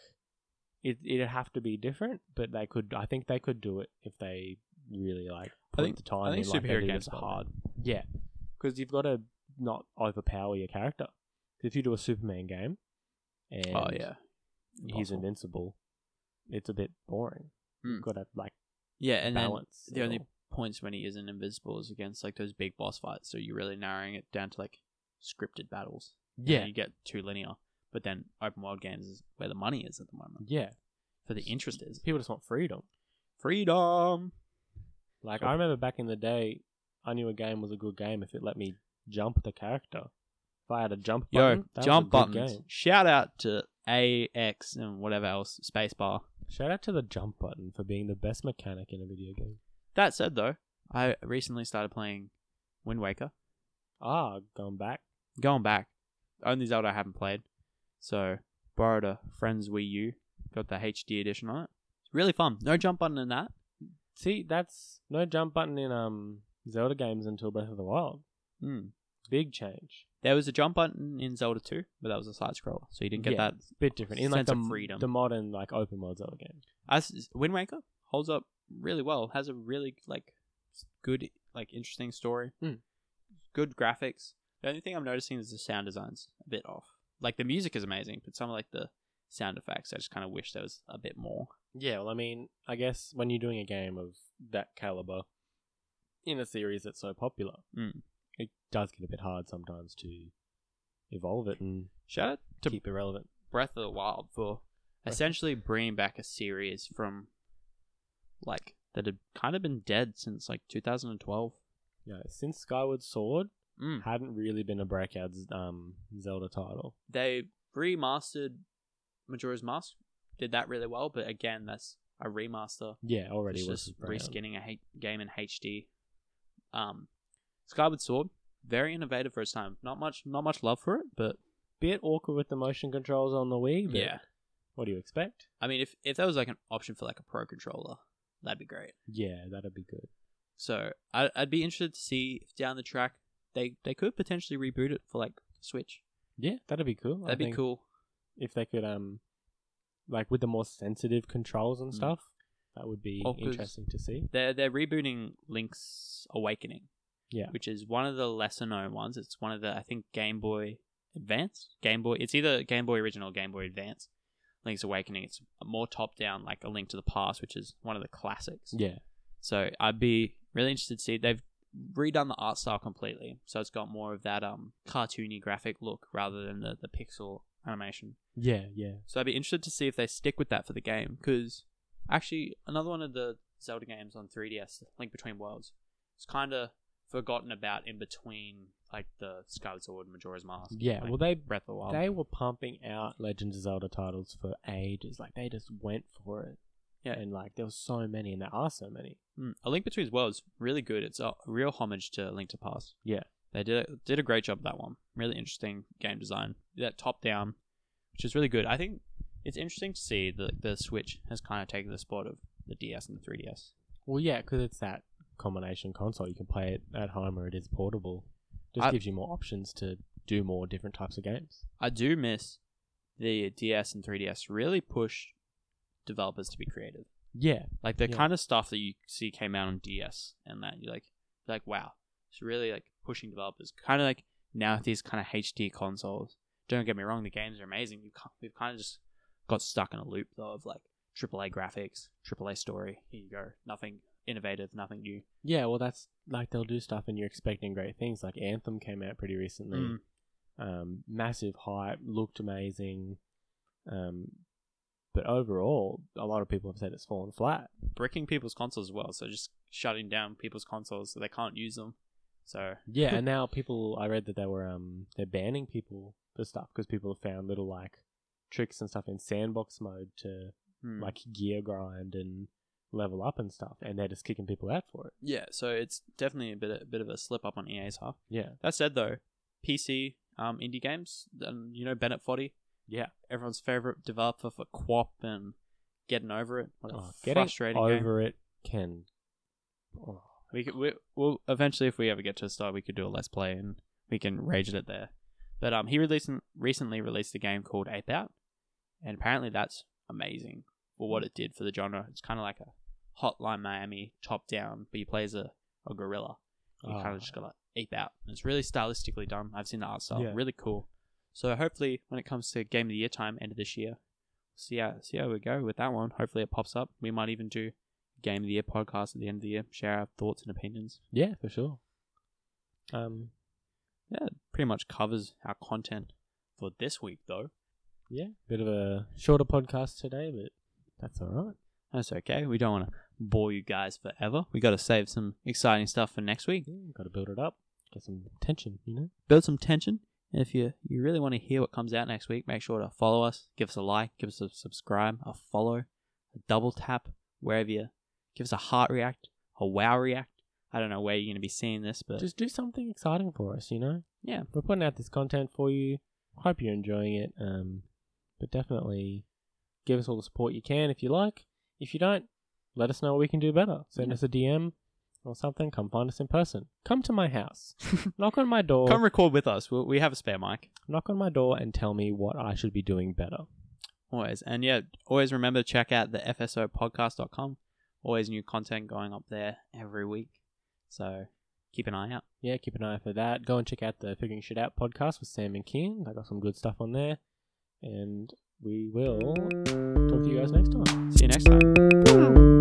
S1: it it'd have to be different, but they could. I think they could do it if they really like put
S2: think-
S1: the time.
S2: I think
S1: in, like, they
S2: superhero
S1: did
S2: games
S1: with
S2: are
S1: Spider-Man.
S2: hard.
S1: Yeah, because you've got to not overpower your character. 'Cause If you do a Superman game, and
S2: Oh yeah,
S1: he's
S2: Impossible.
S1: invincible, it's a bit boring.
S2: Mm.
S1: You've got to like
S2: yeah, and then
S1: balance.
S2: the
S1: it
S2: only
S1: all.
S2: points when he isn't invincible is against like those big boss fights. So you're really narrowing it down to like scripted battles. And
S1: yeah
S2: you get too linear. But then open world games is where the money is at the moment.
S1: yeah
S2: For the interest is
S1: people just want freedom.
S2: freedom.
S1: Like
S2: Sure.
S1: I remember back in the day, I knew a game was a good game if it let me jump the character. If I had a jump
S2: Yo,
S1: button, that was a
S2: jump
S1: good
S2: buttons.
S1: game.
S2: Shout out to AX and whatever else spacebar.
S1: Shout out to the jump button for being the best mechanic in a video game.
S2: That said though, I recently started playing Wind Waker.
S1: Ah, going back.
S2: going back, only Zelda I haven't played. So borrowed a friend's Wii U, got the HD edition on it. It's really fun. No jump button in that.
S1: See, that's no jump button in um Zelda games until Breath of the Wild. Big change.
S2: Hmm. There was a jump button in Zelda 2, but that was a side scroller, so you didn't get
S1: Yeah.
S2: that.
S1: Bit different. In like
S2: Sense
S1: the,
S2: of freedom.
S1: the modern like open world Zelda game.
S2: As Wind Waker holds up really well. Has a really like s- good, like interesting story.
S1: Hmm.
S2: Good graphics. The only thing I'm noticing is the sound designs a bit off. Like the music is amazing, but some of like the sound effects, I just kind of wish there was a bit more.
S1: Yeah, well I mean, I guess when you're doing a game of that caliber in a series that's so popular,
S2: Mm.
S1: it does get a bit hard sometimes to evolve it and
S2: Shout out to
S1: keep it relevant.
S2: Breath of the Wild for essentially bringing back a series from like that had kind of been dead since like 2012.
S1: Yeah, since Skyward Sword
S2: Mm.
S1: hadn't really been a breakout um, Zelda title.
S2: They remastered Majora's Mask, did that really well, but again, that's a remaster.
S1: Yeah, already
S2: It's
S1: was
S2: just
S1: brown.
S2: reskinning a H- game in HD. Um, Skyward Sword, very innovative for its time. Not much, not much love for it, but
S1: Bit awkward with the motion controls on the Wii, but
S2: yeah.
S1: what do you expect?
S2: I mean, if if there was like an option for like a pro controller, that'd be great.
S1: Yeah, that'd be good.
S2: So I, I'd be interested to see if down the track they they could potentially reboot it for like Switch.
S1: Yeah, that'd be cool. I
S2: That'd be
S1: think
S2: cool.
S1: if they could um, like with the more sensitive controls and
S2: Mm.
S1: stuff. That would be
S2: Oh, 'cause-
S1: interesting to see.
S2: They're they're rebooting Link's Awakening,
S1: Yeah,
S2: which is one of the lesser known ones. It's one of the I think Game Boy Advance, Game Boy. It's either Game Boy Original, or Game Boy Advance. Link's Awakening. It's more top down, like a Link to the Past, which is one of the classics.
S1: yeah,
S2: So I'd be really interested to see. They've redone the art style completely, so it's got more of that um cartoony graphic look rather than the the pixel animation.
S1: yeah, yeah.
S2: So I'd be interested to see if they stick with that for the game. Because actually, another one of the Zelda games on 3DS, Link Between Worlds, it's kind of forgotten about in between like the Skyward Sword and Majora's Mask.
S1: Yeah,
S2: like,
S1: well, they-
S2: Breath of the Wild.
S1: They were pumping out Legend of Zelda titles for ages. Like they just went for it.
S2: Yeah.
S1: and like there were so many, and there are so many.
S2: Mm, a Link Between Worlds really good. It's a real homage to Link to the Past.
S1: Yeah.
S2: They did a, did a great job with that one. Really interesting game design. That top down, which which is really good. I think it's interesting to see that the Switch has kind of taken the spot of the DS and the 3DS.
S1: Well, yeah, because it's that combination console. You can play it at home or it is portable. Just
S2: I-
S1: gives you more options to do more different types of games.
S2: I do miss the DS and 3DS really pushed developers to be creative.
S1: Yeah,
S2: Like the
S1: Yeah.
S2: kind of stuff that you see came out on DS and that you're like you're like wow, it's really like pushing developers. Kind of like now with these kind of HD consoles. Don't get me wrong, the games are amazing. You can't, we've kind of just got stuck in a loop though of like AAA graphics, AAA story. Here you go, nothing innovative, nothing new.
S1: yeah. Well, that's like they'll do stuff, and you're expecting great things. Like Anthem came out pretty recently.
S2: Mm.
S1: um, massive hype, looked amazing. Um, but overall, a lot of people have said it's fallen flat.
S2: Bricking people's consoles as well, so just shutting down people's consoles so they can't use them. So
S1: Yeah, and now people, I read that they were um, they're banning people for stuff because people have found little like tricks and stuff in sandbox mode to
S2: hmm.
S1: like gear grind and level up and stuff, and they're just kicking people out for it.
S2: Yeah, so it's definitely a bit a bit of a slip up on EA's half.
S1: Yeah,
S2: That said, though, PC um, indie games, and you know Bennett Foddy,
S1: yeah,
S2: everyone's favorite developer for Quap and Getting Over It. What a
S1: oh, getting
S2: frustrating eh? game.
S1: over it can. Oh,
S2: We could, we, we'll eventually, if we ever get to a start, we could do a let's play and we can rage at it there. But um, he released recently released a game called Ape Out, and apparently that's amazing for what it did for the genre. It's kind of like a Hotline Miami top down, but he plays a, a gorilla. You
S1: Ah.
S2: kind of just gotta ape out. And it's really stylistically done. I've seen the art style,
S1: Yeah.
S2: really cool. So hopefully, when it comes to game of the year time, end of this year, see how see how we go with that one. Hopefully, it pops up. We might even do game of the year podcast at the end of the year, share our thoughts and opinions.
S1: yeah, for sure. Um,
S2: Yeah, it pretty much covers our content for this week, though.
S1: Yeah, bit of a shorter podcast today, but that's all right.
S2: That's okay. We don't want to bore you guys forever. We got to save some exciting stuff for next week.
S1: Yeah, Got to build it up, get some tension, you know.
S2: build some tension. And if you, you really want to hear what comes out next week, make sure to follow us, give us a like, give us a subscribe, a follow, a double tap, wherever you give us a heart react, a wow react. I don't know where you're going to be seeing this, but
S1: Just do something exciting for us, you know.
S2: yeah,
S1: We're putting out this content for you. Hope you're enjoying it. Um, but definitely give us all the support you can if you like. If you don't, let us know what we can do better. Send
S2: Yeah.
S1: us a DM or something. Come find us in person. Come to my house. knock on my door.
S2: come record with us. We'll, we have a spare mic
S1: knock on my door and tell me what I should be doing better.
S2: always. And yeah, always remember to check out the FSOpodcast.com. Always new content going up there every week. So keep an eye out.
S1: Yeah, keep an eye out for that. Go and check out the Figuring Shit Out podcast with Sam and Keen. I got some good stuff on there. And we will talk to you guys next time.
S2: See you next time.